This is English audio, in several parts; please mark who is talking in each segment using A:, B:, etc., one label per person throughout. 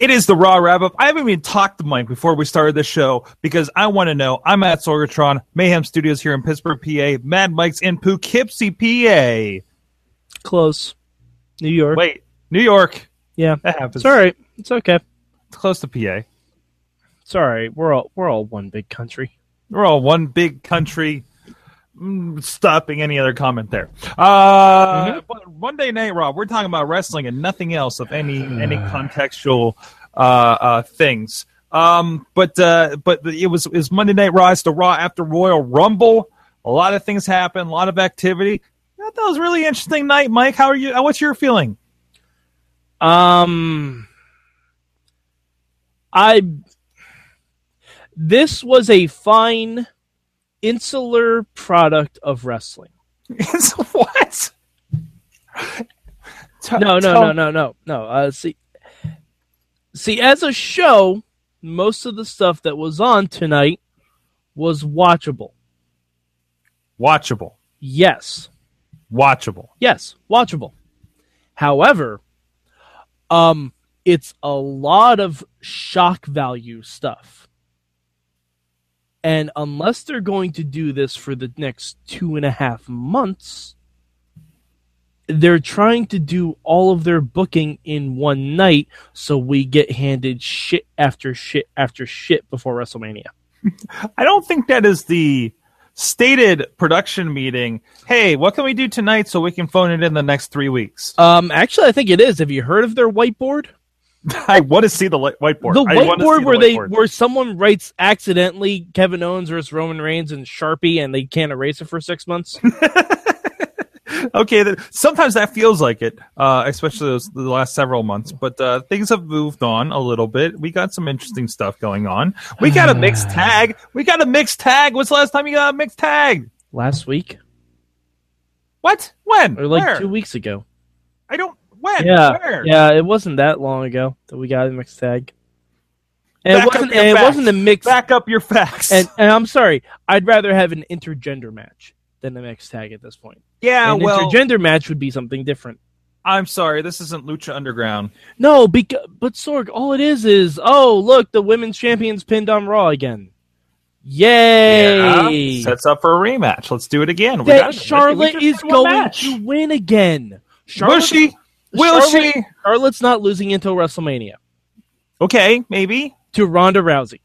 A: It is the Raw wrap up. I haven't even talked to Mike before we started this show because I want to know. I'm at Sorgatron, Mayhem Studios here in Pittsburgh, PA. Mad Mike's in Poughkeepsie, PA.
B: Close. New York.
A: Wait, New York.
B: yeah.
A: That happens.
B: It's all right. It's okay.
A: Close to PA.
B: It's all right. We're all we're all one big country.
A: We're all one big country. Mm, Stopping any other comment there.
B: Mm-hmm.
A: Uh, but Monday Night Raw. We're talking about wrestling and nothing else of any any contextual uh, uh, things. Um, but uh, but it was is Monday Night Raw. It's the Raw after Royal Rumble. A lot of things happen. A lot of activity. I thought That was a really interesting night, Mike. How are you? uh, What's your feeling?
B: Um I this was a fine insular product of wrestling.
A: It's what? T-
B: no,
A: t-
B: no, no, no, no, no. Uh, see, see, as a show, most of the stuff that was on tonight was watchable.
A: Watchable,
B: Yes,
A: watchable.
B: yes, watchable. However, um, it's a lot of shock value stuff. And unless they're going to do this for the next two and a half months, they're trying to do all of their booking in one night, so we get handed shit after shit after shit before WrestleMania.
A: I don't think that is the stated production meeting. Hey, what can we do tonight so we can phone it in the next three weeks?
B: Um, actually, I think it is. Have you heard of their whiteboard?
A: I want to see the li- whiteboard.
B: The
A: I want to see
B: whiteboard
A: the
B: where they
A: whiteboard.
B: where someone writes accidentally Kevin Owens versus Roman Reigns in Sharpie and they can't erase it for six months.
A: okay. That, sometimes that feels like it, uh, especially those, the last several months. But uh, things have moved on a little bit. We got some interesting stuff going on. We got a mixed tag. We got a mixed tag. What's the last time you got a mixed tag?
B: Last week
A: What? When?
B: or like
A: Where?
B: two weeks ago.
A: I don't. When?
B: Yeah,
A: Where?
B: yeah, it wasn't that long ago that we got a mixed tag. And
A: Back
B: it
A: up
B: wasn't.
A: your
B: And it
A: facts.
B: wasn't a mixed.
A: Back up your facts.
B: And, and I'm sorry, I'd rather have an intergender match than a mixed tag at this point.
A: yeah.
B: an
A: Ah, Well,
B: intergender match would be something different.
A: I'm sorry. This isn't Lucha Underground.
B: No, because but Sorg, all it is is oh look, the women's champions pinned on Raw again. Yay!
A: Yeah. Sets up for a rematch. Let's do it again. We
B: that
A: got it.
B: Charlotte
A: We just
B: is
A: had one
B: going
A: match.
B: to win again.
A: Will
B: Charlotte,
A: she? Will
B: Charlotte-
A: she?
B: Charlotte's not losing until WrestleMania
A: Okay, maybe.
B: to Ronda Rousey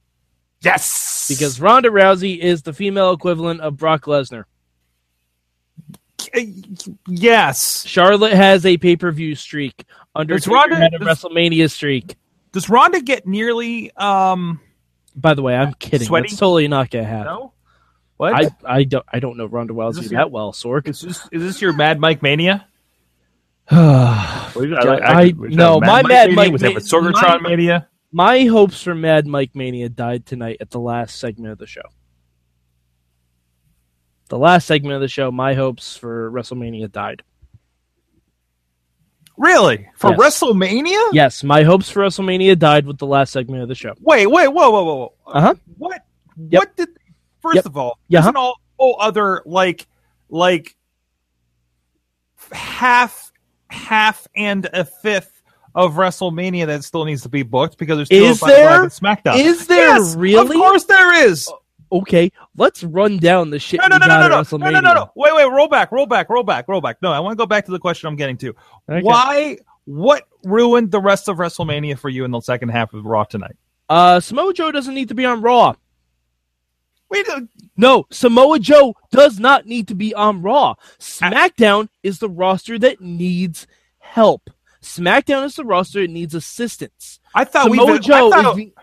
A: Yes.
B: because Ronda Rousey is the female equivalent of Brock Lesnar.
A: yes.
B: Charlotte has a pay per view streak. Undertaker
A: Ronda-
B: had a
A: does-
B: WrestleMania streak.
A: Does Ronda get nearly um?
B: By the way, I'm kidding.
A: Sweaty?
B: That's totally not gonna happen.
A: No. What?
B: I, I don't I don't know Ronda Rousey
A: this your-
B: that well, Sorg.
A: is this is this your Mad Mike mania?
B: I- I- no, my Mad Mike
A: was that with
B: ma-
A: Sorgatron
B: my-
A: mania.
B: My hopes for Mad Mike Mania died tonight at the last segment of the show. The last segment of the show, my hopes for WrestleMania died.
A: Really for
B: Yes.
A: WrestleMania?
B: Yes, my hopes for WrestleMania died with the last segment of the show.
A: Wait, wait, whoa, whoa, whoa, whoa.
B: Uh-huh.
A: What?
B: Yep.
A: What did? First
B: Yep.
A: of all,
B: Yeah, uh-huh.
A: isn't all, all other like like half half and a fifth of WrestleMania that still needs to be booked because there's still
B: Is
A: Fight Live
B: there?
A: and SmackDown.
B: Is there
A: Yes, Of
B: really?
A: course there is.
B: Okay, let's run down the shit
A: No, no,
B: we
A: no,
B: got
A: no, no,
B: at
A: no,
B: WrestleMania.
A: no, no, no, no. Wait, wait. Roll back. Roll back. Roll back. Roll back. No, I want to go back to the question I'm getting to.
B: Okay.
A: Why? What ruined the rest of WrestleMania for you in the second half of Raw tonight?
B: Uh, Samoa Joe doesn't need to be on Raw.
A: Wait, uh,
B: No, Samoa Joe does not need to be on Raw. SmackDown is the roster that needs help. SmackDown is the roster that needs assistance.
A: I thought we.
B: Samoa Joe
A: I thought,
B: is the-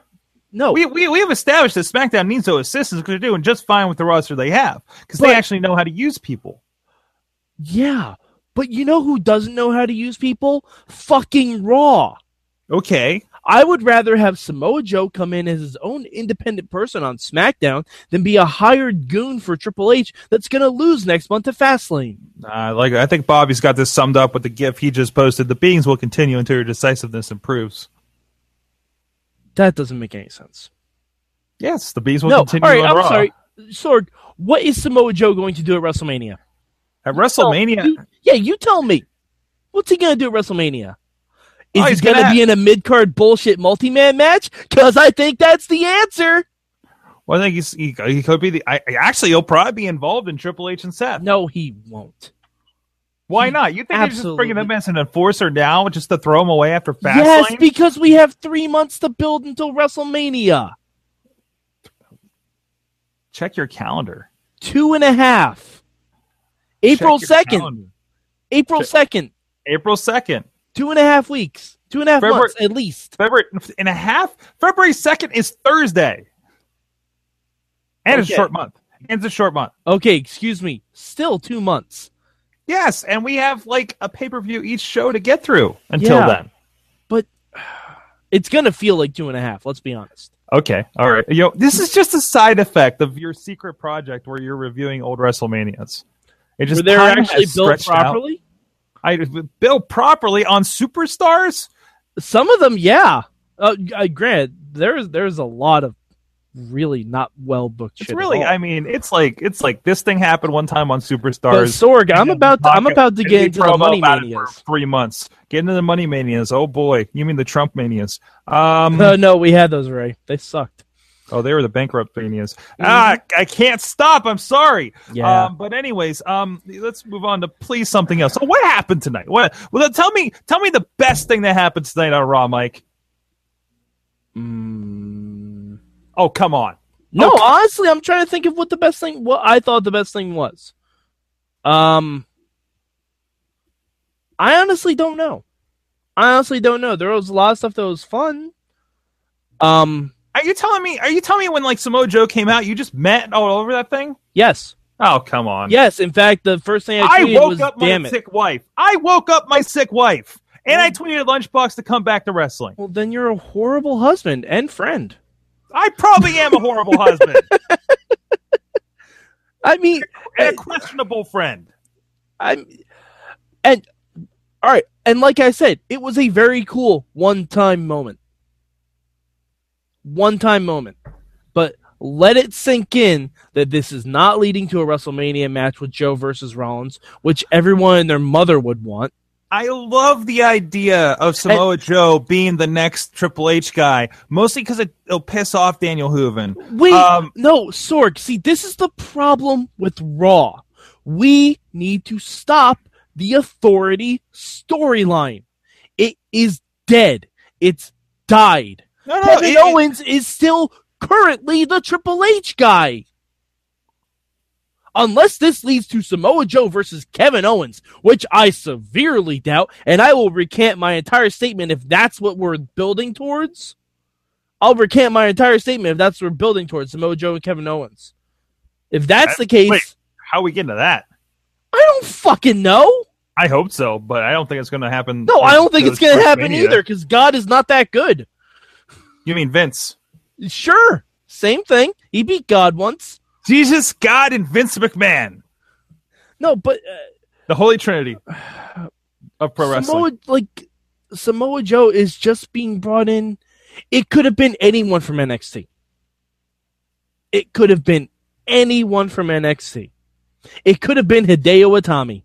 B: no.
A: we, we, we have established that SmackDown needs no assistance because they're doing just fine with the roster they have because they
B: But-
A: actually know how to use people.
B: yeah, but you know who doesn't know how to use people? Fucking Raw.
A: Okay.
B: I would rather have Samoa Joe come in as his own independent person on SmackDown than be a hired goon for Triple H that's going to lose next month to Fastlane.
A: Uh, like I think Bobby's got this summed up with the gif he just posted. The beings will continue until your decisiveness improves.
B: That doesn't make any sense.
A: Yes, the beings will
B: no, all
A: continue
B: right,
A: on
B: I'm
A: Raw.
B: sorry. Sorg, what is Samoa Joe going to do at WrestleMania?
A: At WrestleMania,
B: You- yeah, you tell me. What's he going to do at WrestleMania? Is
A: Oh,
B: he
A: he's
B: gonna,
A: gonna have-
B: be in a mid card bullshit multi man match? Because I think that's the answer.
A: Well, I think he's, he, he could be the. I, I- actually, he'll probably be involved in Triple H and Seth.
B: No, he won't.
A: Why not? You think he's just bringing them
B: Absolutely.
A: as an enforcer now just to throw him away after Fastlane?
B: yes, because we have three months to build until WrestleMania.
A: Check your calendar.
B: Two and a half. April
A: Check your
B: second.
A: calendar.
B: April second.
A: April 2nd.
B: Two and a half weeks. Two and a half
A: February-
B: months at least.
A: February and a half. February 2nd is Thursday. And it's a
B: Okay.
A: short month. And it's a short month.
B: Okay, excuse me. Still two months.
A: Yes, and we have like a pay per view each show to get through until
B: Yeah.
A: then.
B: It's gonna feel like two and a half. Let's be honest.
A: Okay, all right. Yo, this is just a side effect of your secret project where you're reviewing old WrestleManias. It just
B: Were they
A: time
B: actually
A: has
B: built
A: stretched out.
B: properly?
A: I built properly on superstars.
B: Some of them, yeah. Uh, I grant there's there's a lot of really not well booked.
A: It's
B: shit at
A: really,
B: all.
A: I mean, it's like it's like this thing happened one time on
B: But
A: superstars.
B: Sorg, I'm
A: Yeah,
B: about to, I'm
A: Blanca
B: about to
A: And
B: get
A: they
B: into the
A: promo
B: money
A: about it for
B: manias.
A: Three months. Get into the money manias. Oh boy, you mean the Trump manias? Um,
B: No, Uh, no, we had those, Ray. They sucked.
A: oh, they were the bankrupt manias. Ah, I can't stop. I'm sorry.
B: Mm-hmm. Yeah.
A: Um, but anyways, um, let's move on to please something else. So what happened tonight? What? Well, tell me, tell me the best thing that happened tonight on Raw, Mike.
B: Mm.
A: Oh, come on.
B: No,
A: Okay.
B: honestly, I'm trying to think of what the best thing. What I thought the best thing was. Um, I honestly don't know. I honestly don't know. There was a lot of stuff that was fun. Um,
A: Are you telling me? Are you telling me when like Samoa Joe came out, you just met all over that thing?
B: yes,
A: Oh, come on.
B: yes. In fact, the first thing I
A: I
B: tweeted
A: woke
B: was,
A: up my
B: "Damn it!"
A: sick wife. I woke up my sick wife, and I tweeted Lunchbox to come back to wrestling.
B: Well, then you're a horrible husband and friend.
A: I probably am a horrible husband
B: I mean,
A: and a questionable friend.
B: I'm and all right, and like I said, it was a very cool one time moment. One time moment. But let it sink in that this is not leading to a WrestleMania match with Joe versus Rollins, which everyone and their mother would want.
A: I love the idea of Samoa Joe being the next Triple H guy, mostly because it, it'll piss off Daniel Hooven.
B: Wait,
A: Um,
B: no, Sorg, see, this is the problem with Raw. We need to stop the authority storyline. It is dead. It's died.
A: No, no,
B: Kevin
A: it-
B: Owens is still currently the Triple H guy. Unless this leads to Samoa Joe versus Kevin Owens, which I severely doubt, and I will recant my entire statement if that's what we're building towards. I'll recant my entire statement if that's what we're building towards Samoa Joe and Kevin Owens. If that's the case,
A: wait. how we get into that?
B: I don't fucking know.
A: I hope so, but I don't think it's going to happen.
B: No, I don't think it's going to
A: First
B: happen
A: Mania.
B: either because God is not that good.
A: You mean Vince?
B: Sure, same thing. He beat God once.
A: Jesus, God, and Vince McMahon,
B: No, but uh,
A: the Holy Trinity of pro wrestling.
B: Samoa, like Samoa Joe is just being brought in. It could have been anyone from NXT. It could have been anyone from NXT. It could have been Hideo Itami.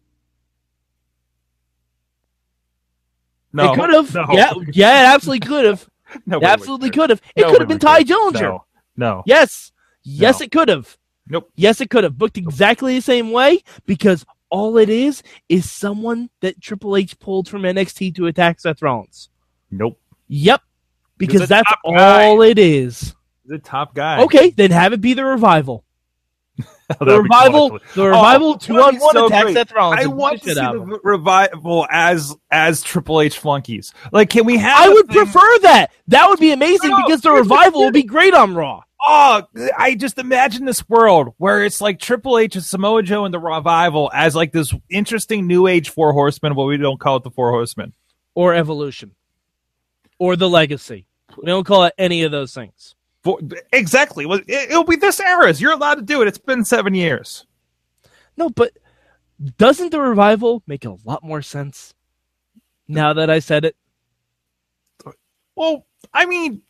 A: no,
B: it could have.
A: No,
B: Yeah, yeah, it absolutely could have.
A: No,
B: It
A: wait, wait,
B: absolutely
A: wait.
B: could have. It
A: No,
B: could have
A: wait,
B: been
A: wait,
B: Ty
A: wait.
B: Dillinger.
A: No, no.
B: Yes. Yes,
A: No.
B: it could have.
A: Nope.
B: Yes, it could have. Booked exactly the same way because all it is is someone that Triple H pulled from NXT to attack Seth Rollins.
A: Nope.
B: Yep. Because
A: a
B: that's
A: top guy.
B: all it is.
A: The top guy.
B: Okay, then have it be the revival.
A: That
B: The
A: would Oh, be cool,
B: revival,
A: actually.
B: the revival, two
A: that'd
B: on
A: Oh, be
B: one
A: so
B: attack
A: great.
B: Seth Rollins.
A: I
B: and
A: want
B: push
A: to
B: it
A: see
B: out.
A: the v- revival as as Triple H flunkies. Like, can we have?
B: I
A: a
B: would
A: thing-
B: prefer that. That would be amazing
A: No, no,
B: because the
A: here's what you
B: revival will be great on Raw.
A: Oh, I just imagine this world where it's like Triple H and Samoa Joe and the revival as like this interesting new age four horsemen. Well, we don't call it the four horsemen.
B: Or Evolution. Or the Legacy. We don't call it any of those things.
A: Four, exactly. Well, it, it'll be this era's. You're allowed to do it. It's been seven years.
B: No, but doesn't the revival make a lot more sense? Now that I said it.
A: Well, I mean,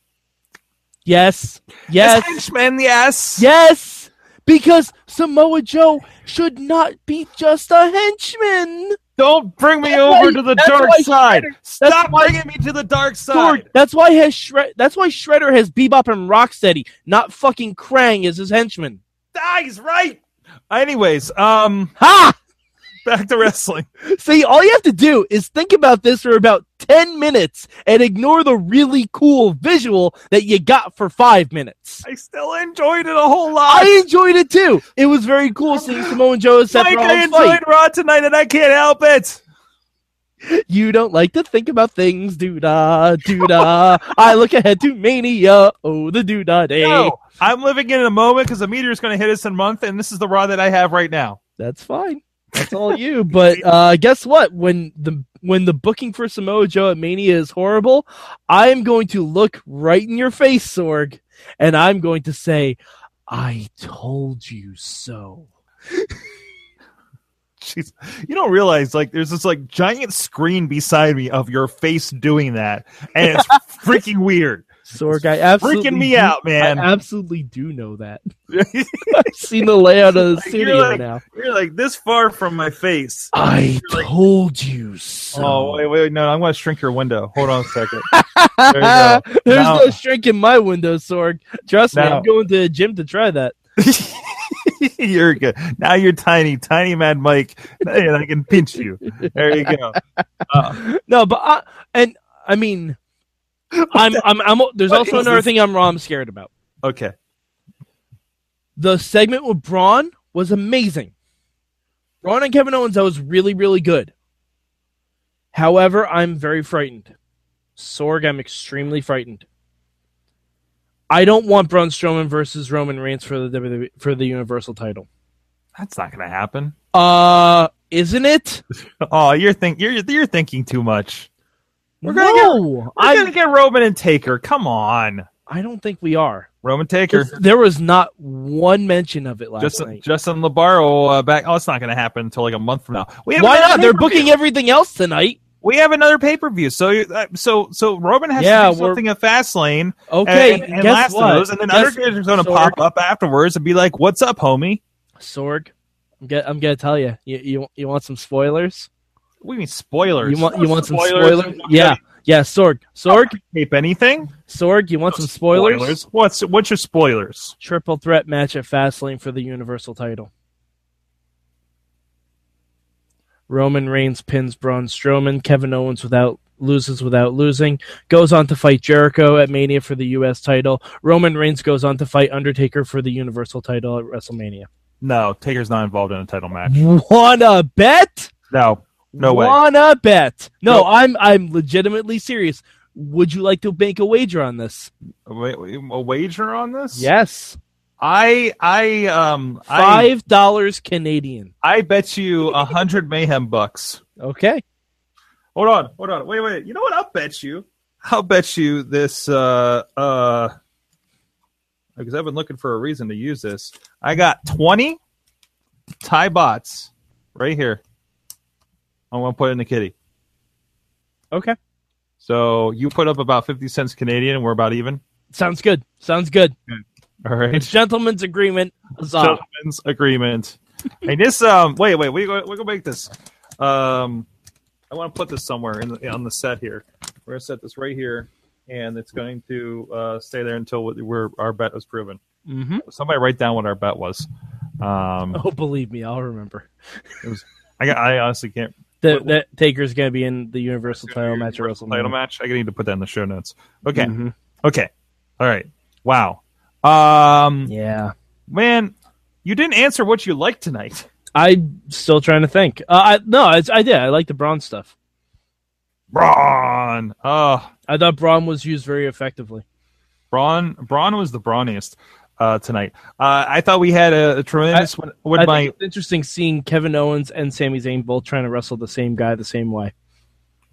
B: Yes.
A: yes,
B: Yes.
A: henchman, yes,
B: Yes, because Samoa Joe should not be just a henchman.
A: Don't bring me
B: That's
A: over
B: why-
A: to the
B: that's
A: dark
B: why
A: side.
B: Shredder-
A: Stop
B: why-
A: bringing me to the dark side.
B: Sword. That's why has Shred- That's why Shredder has Bebop and Rocksteady, not fucking Krang as his henchman.
A: Ah, he's right. Anyways, um,
B: Ha!
A: back to wrestling.
B: See, all you have to do is think about this for about ten minutes and ignore the really cool visual that you got for five minutes.
A: I still enjoyed it a whole lot.
B: I enjoyed it too. It was very cool seeing Samoa Joe and Seth
A: Mike, I
B: Rollins
A: enjoyed
B: fight.
A: Raw tonight, and I can't help it.
B: You don't like to think about things, doo da, doo da. I look ahead to Mania. Oh, the doo da day.
A: No, I'm living in a moment because a meteor is going to hit us in a month, and this is the Raw that I have right now.
B: that's fine. That's all you. But uh, guess what? When the when the booking for Samoa Joe at Mania is horrible, I am going to look right in your face, Sorg, and I'm going to say, "I told you so."
A: Jeez. You don't realize like there's this like giant screen beside me of your face doing that, and it's freaking weird,
B: Sorg, I absolutely
A: freaking me
B: do-
A: out, man.
B: I absolutely do know that. I've seen the layout of the
A: Like, you're
B: studio
A: like-
B: now.
A: You're like this far from my face.
B: I told you so.
A: Oh wait, wait, no, I'm going to shrink your window. Hold on a second. you go.
B: There's
A: Now-
B: no shrink in my window, Sorg. Trust me,
A: Now-
B: I'm going to the gym to try that.
A: you're good. Now you're tiny, tiny Mad Mike, and I can pinch you. There you go.
B: No, but I, and I mean, I'm I'm I'm. There's
A: What
B: also
A: is
B: another
A: this?
B: thing I'm I'm scared about.
A: Okay.
B: The segment with Braun was amazing. Braun and Kevin Owens, that was really really good. However, I'm very frightened. Sorg, I'm extremely frightened. I don't want Braun Strowman versus Roman Reigns for the WWE, for the Universal title.
A: That's not going to happen.
B: Uh, isn't it?
A: Oh, you're think you're you're thinking too much. We're gonna get-
B: no,
A: I'm
B: I
A: going to get Roman and Taker. Come on.
B: I don't think we are.
A: Roman Taker.
B: There was not one mention of it last
A: Justin
B: night.
A: Justin Labaro uh, back. Oh, it's not going to happen until like a month from now. We have
B: Why
A: another
B: not? They're
A: pay-per-view.
B: booking everything else tonight.
A: We have another pay per view. So you- uh, so so Roman has
B: Yeah,
A: to do
B: we're-
A: something at Fastlane.
B: Okay,
A: and, and, and last
B: guess what?
A: of those, and then
B: Guess-
A: Undertaker's going to
B: Sorg.
A: pop up afterwards and be like, "What's up, homie?"
B: Sorg, I'm, get, I'm gonna tell you. You, you, you want some spoilers?
A: We mean spoilers.
B: You want you want some
A: Spoilers.
B: spoilers? Yeah, yeah. Sorg, Sorg,
A: tape anything?
B: Sorg. You want some spoilers?
A: What's what's your spoilers?
B: Triple threat match at Fastlane for the Universal title. Roman Reigns pins Braun Strowman. Kevin Owens without loses without losing. Goes on to fight Jericho at Mania for the U.S. title. Roman Reigns goes on to fight Undertaker for the Universal title at WrestleMania.
A: No, Taker's not involved in a title match.
B: Wanna bet?
A: No, no way.
B: Wanna bet? No,
A: Nope.
B: I'm I'm legitimately serious. Would you like to make a wager on this?
A: A, wa- a wager on this?
B: Yes,
A: I I um I
B: five dollars Canadian.
A: I bet you a hundred mayhem bucks.
B: Okay.
A: Hold on, hold on. Wait, wait. You know what? I'll bet you. I'll bet you this. Uh, uh, because I've been looking for a reason to use this. I got twenty tie bots right here. I'm gonna put it in the kitty.
B: Okay.
A: So you put up about fifty cents Canadian, and we're about even.
B: Sounds good. Sounds good.
A: All right.
B: Gentlemen's agreement. Huzzah.
A: Gentlemen's agreement. And this, um, wait, wait, we go, we go make this. Um, I want to put this somewhere in the, on the set here. We're gonna set this right here, and it's going to uh, stay there until we- we're, our bet is proven.
B: hmm
A: Somebody write down what our bet was. Um,
B: Oh, believe me, I'll remember.
A: I, got- I honestly can't.
B: That that Taker's gonna be in the Universal title match at
A: Universal
B: WrestleMania.
A: title match. Mm-hmm. I need to put that in the show notes. Okay,
B: Mhm.
A: okay, all right. Wow, um,
B: Yeah.
A: man, you didn't answer what you like tonight.
B: I'm still trying to think. Uh, I no, I, I did. I like the Braun stuff.
A: Braun. Oh,
B: I thought Braun was used very effectively.
A: Braun Braun was the brawniest uh, tonight. Uh, I thought we had a, a tremendous win with
B: I
A: my
B: think it's interesting seeing Kevin Owens and Sami Zayn both trying to wrestle the same guy the same way.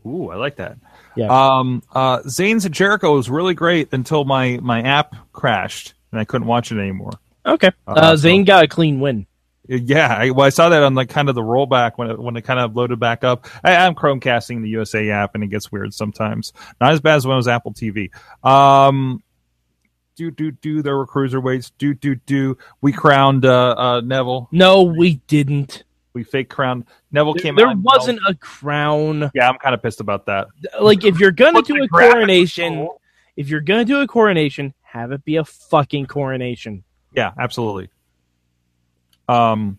A: Ooh, I like that.
B: Yeah.
A: Um. Uh. Zane's and Jericho was really great until my my app crashed and I couldn't watch it anymore.
B: Okay. Uh,
A: Uh, so-
B: Zayn got a clean win.
A: Yeah. I, well, I saw that on like kind of the rollback when it, when it kind of loaded back up. I, I'm Chromecasting the USA app and it gets weird sometimes. Not as bad as when it was Apple TV. Um. Do do do. There were cruiserweights. Do do do. We crowned uh, uh Neville.
B: No, we didn't.
A: We fake crown. Neville
B: There,
A: came
B: there
A: out. and
B: wasn't a crown.
A: Yeah, I'm kind of pissed about that.
B: Like if you're gonna
A: What's
B: do
A: the
B: a
A: graphic
B: coronation,
A: novel?
B: if you're gonna do a coronation, have it be a fucking coronation.
A: Yeah, absolutely. Um,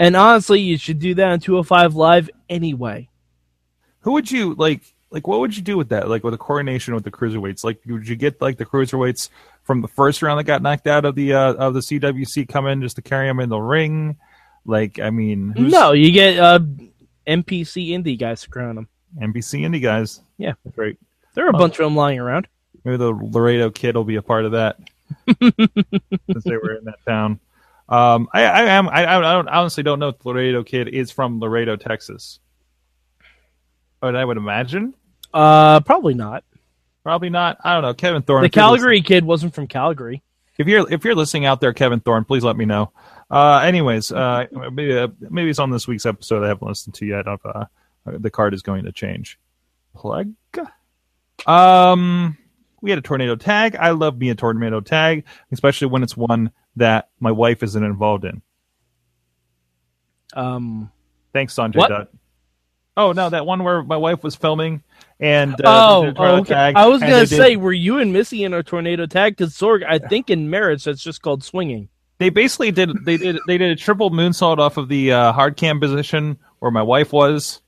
B: And honestly, you should do that on 205 Live anyway.
A: who would you like? Like, what would you do with that? Like with a coronation with the cruiserweights? Like, would you get like the cruiserweights from the first round that got knocked out of the uh, of the CWC come in just to carry them in the ring? Like, I mean, who's
B: No, you get uh, NPC indie guys to crown them.
A: NBC indie guys?
B: Yeah.
A: great.
B: There
A: Oh.
B: are a bunch of them lying around.
A: Maybe the Laredo kid will be a part of that since they were in that town. Um, I, I am. I, I don't I honestly don't know if the Laredo kid is from Laredo, Texas. But I would imagine
B: Uh, probably not.
A: probably not. I don't know. Kevin Thorne.
B: The
A: if you're
B: Calgary kid wasn't from Calgary.
A: listening- If you're if you're listening out there, Kevin Thorne, please let me know. Uh, anyways, uh, maybe uh, maybe it's on this week's episode. I haven't listened to yet. Of uh, the card is going to change. Plug. Um, we had a tornado tag. I love being a tornado tag, especially when it's one that my wife isn't involved in.
B: Um,
A: Thanks, Sanjay
B: What?
A: Dutt. Oh no, that one where my wife was filming and uh, they
B: oh,
A: did a tornado
B: okay.
A: tag,
B: I was
A: and
B: gonna
A: they did-
B: say, were you and Missy in a tornado tag? Because Sorg, I think in marriage that's just called swinging.
A: they basically did they did they did a triple moonsault off of the uh, hard cam position where my wife was.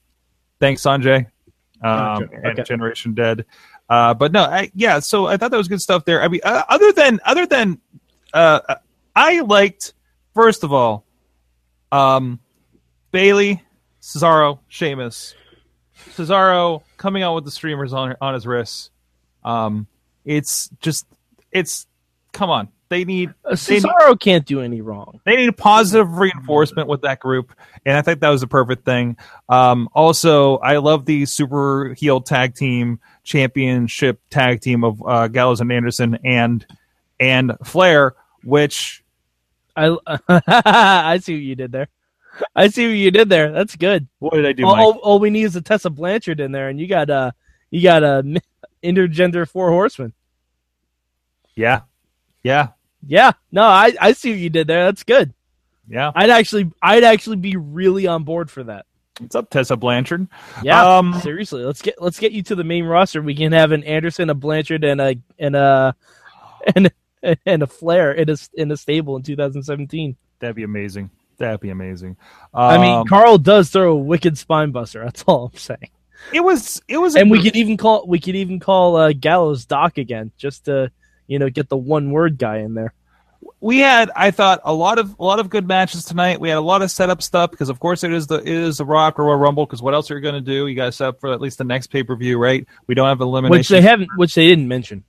A: Thanks, Sanjay, um,
B: Gotcha.
A: and
B: Okay.
A: Generation Dead. Uh, but no, I, yeah. So I thought that was good stuff there. I mean, uh, other than other than uh, I liked first of all, um, Bailey, Cesaro, Sheamus, Cesaro coming out with the streamers on on his wrists. Um, it's just it's come on. They need
B: Uh, Cesaro can't do any wrong.
A: they need a positive reinforcement with that group, and I think that was the perfect thing. Um, also, I love the super heel tag team championship tag team of uh, Gallows and Anderson and and Flair, which
B: I I see what you did there. I see what you did there. That's good.
A: what did I do?
B: all,
A: Mike?
B: all, all we need is a Tessa Blanchard in there, and you got uh you got a mi- intergender four horsemen.
A: Yeah, yeah,
B: Yeah, no, I I see what you did there. That's good.
A: yeah.
B: I'd actually I'd actually be really on board for that.
A: What's up, Tessa Blanchard?
B: Yeah,
A: Um,
B: seriously, let's get let's get you to the main roster. We can have an Anderson, a Blanchard, and a and a and and a Flair in a in a stable in 2017.
A: That'd be amazing. That'd be amazing. Um,
B: I mean, Carl does throw a wicked spine buster. That's all I'm saying.
A: it was it was,
B: and we could even call we could even call uh, Gallows Doc again, just to you know get the one word guy in there.
A: we had I thought a lot of a lot of good matches tonight. We had a lot of setup stuff because of course it is the it is the Rock or Royal Rumble because what else are you going to do? You got to set up for at least the next pay per view, right? We don't have elimination.
B: which they haven't, which they didn't mention.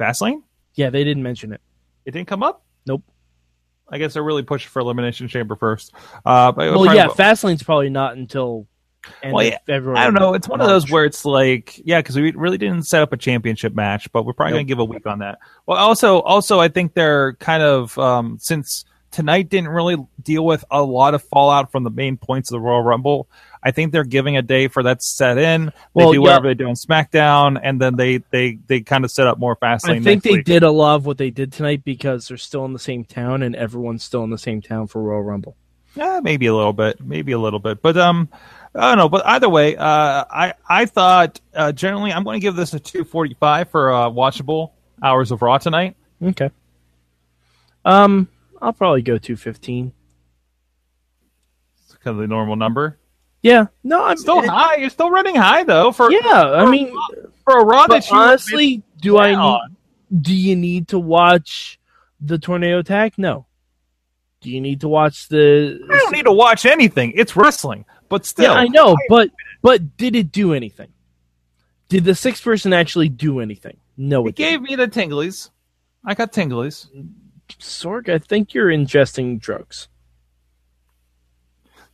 A: Fastlane.
B: Yeah, they didn't mention it.
A: It didn't come up.
B: Nope.
A: I guess they're really pushing for elimination chamber first. Uh, but
B: Well,
A: probably-
B: yeah, Fastlane's probably not until end
A: Well,
B: of
A: yeah,
B: February.
A: I don't know. It's one of
B: March.
A: those where it's like, yeah, because we really didn't set up a championship match, but we're probably
B: Nope.
A: going to give a week on that. Well, also, also, I think they're kind of um, since tonight didn't really deal with a lot of fallout from the main points of the Royal Rumble. I think they're giving a day for that to set in. They
B: Well,
A: do
B: yeah.
A: whatever they do on SmackDown, and then they they they kind of set up more Fastlane.
B: I think
A: next
B: they
A: week.
B: did a lot of what they did tonight because they're still in the same town and everyone's still in the same town for Royal Rumble.
A: Yeah, maybe a little bit, maybe a little bit, but um, I don't know. But either way, uh, I I thought uh, generally I'm going to give this a 245 for uh, watchable hours of Raw tonight.
B: Okay. Um, I'll probably go two fifteen.
A: It's kind of the normal number.
B: Yeah. No, I'm
A: Still
B: it-
A: high. You're still running high though for
B: Yeah, I mean,
A: for a Raw
B: but
A: that you
B: honestly, do I
A: down.
B: need do you need to watch the tornado attack? No. Do you need to watch the?
A: I don't need to watch anything. It's wrestling, but still,
B: yeah, I know, but but did it do anything? Did the sixth person actually do anything? No,
A: it
B: it didn't.
A: gave me the tinglies. I got tinglies.
B: Sorg, I think you're ingesting drugs.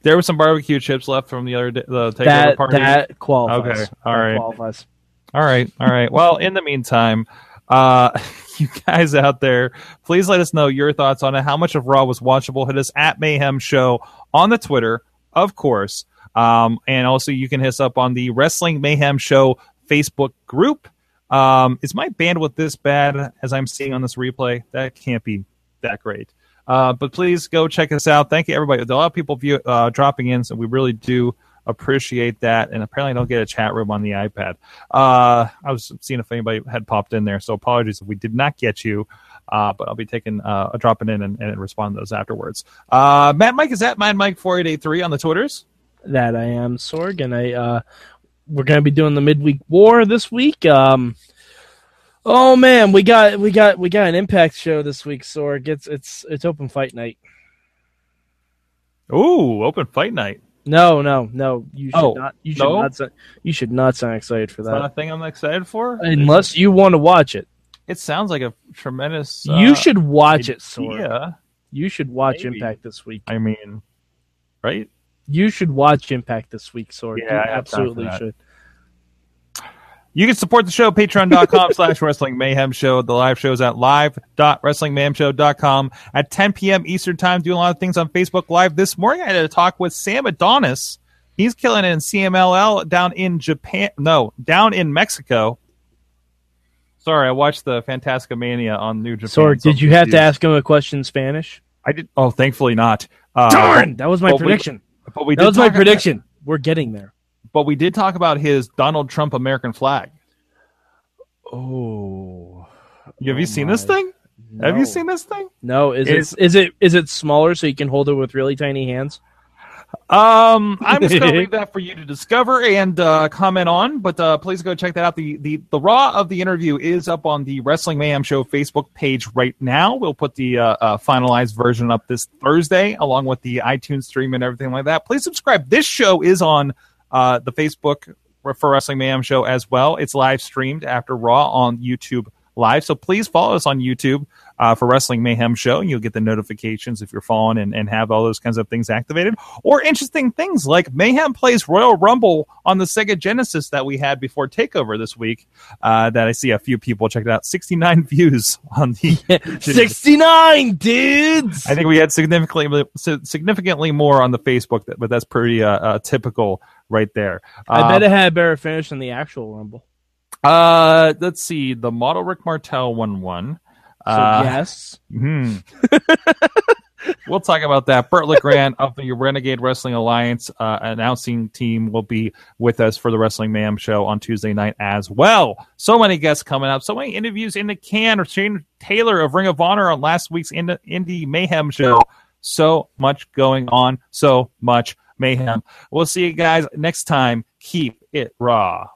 A: There were some barbecue chips left from the other day, the takeover
B: that
A: party.
B: that qualifies.
A: Okay, all
B: That
A: right.
B: Qualifies.
A: All right, all right. Well, in the meantime, uh, you guys out there, please let us know your thoughts on it. How much of Raw was watchable? Hit us at Mayhem Show on the Twitter, of course, um, and also you can hit us up on the Wrestling Mayhem Show Facebook group. Um, is my bandwidth this bad as I'm seeing on this replay? That can't be that great. Uh, but please go check us out. Thank you, everybody. There are a lot of people view, uh, dropping in, so we really do appreciate that. And apparently, I don't get a chat room on the iPad. Uh, I was seeing if anybody had popped in there, so apologies if we did not get you. Uh, but I'll be taking uh, dropping in and, and respond to those afterwards. Uh, Matt Mike is at Mad Mike four eight eight three on the Twitters.
B: That I am Sorg, and I uh, we're gonna be doing the midweek war this week. Um, oh man, we got we got we got an Impact show this week, Sorg. It's it's it's open fight night.
A: Ooh, open fight night.
B: No, no, no. You should
A: Oh,
B: not. You should
A: no?
B: not. Sound, you should not sound excited for
A: Is that a
B: that,
A: thing I'm excited for?
B: unless you want to watch it.
A: it sounds like a tremendous. uh,
B: you should watch it, Sorg.
A: Yeah,
B: You should watch
A: Maybe.
B: Impact this week.
A: I mean, right?
B: You should watch Impact this week, Sorg.
A: Yeah,
B: you
A: I have time
B: absolutely
A: for that.
B: should.
A: You can support the show patreon.com slash wrestling mayhem show. The live show is at live.wrestlingmayhemshow.com at 10 p.m. Eastern time. Doing a lot of things on Facebook Live. This morning I had a talk with Sam Adonis. He's killing it in CMLL down in Japan. No, down in Mexico. Sorry, I watched the Fantascomania on New Japan.
B: Sorg,
A: so
B: did you have to
A: confused.
B: ask him a question in Spanish?
A: I did. Oh, thankfully not. Uh,
B: Darn, that was my
A: well, we-
B: prediction.
A: But we did
B: that was my
A: talk-
B: prediction. We're getting there.
A: But we did talk about his Donald Trump American flag.
B: Oh,
A: Have you
B: Oh
A: seen
B: my.
A: this thing? Have you seen this thing?
B: No, is
A: It's-
B: it is it is it smaller so you can hold it with really tiny hands?
A: Um, I'm just going to leave that for you to discover and uh, comment on. But uh, please go check that out. The, the the raw of the interview is up on the Wrestling Mayhem Show Facebook page right now. We'll put the uh, uh, finalized version up this Thursday, along with the iTunes stream and everything like that. Please subscribe. This show is on uh, the Facebook for Wrestling Mayhem Show as well. It's live streamed after Raw on YouTube Live. So please follow us on YouTube uh, for Wrestling Mayhem Show. You'll get the notifications if you're following and, and have all those kinds of things activated. Or interesting things like Mayhem plays Royal Rumble on the Sega Genesis that we had before TakeOver this week. Uh, that I see a few people checked out. 69 views on the.
B: Sixty nine dudes.
A: I think we had significantly significantly more on the Facebook, but that's pretty uh, uh, typical right there.
B: I
A: Um,
B: bet it had a better finish than the actual rumble.
A: Uh, let's see. The model Rick Martel one one.
B: So
A: Uh,
B: yes,
A: hmm. we'll talk about that. Burt Legrand of the Renegade Wrestling Alliance uh, announcing team will be with us for the Wrestling Mayhem show on Tuesday night as well. So many guests coming up. So many interviews in the can. Or Shane Taylor of Ring of Honor on last week's Ind- Indie Mayhem show. So much going on. So much mayhem. We'll see you guys next time. Keep it raw.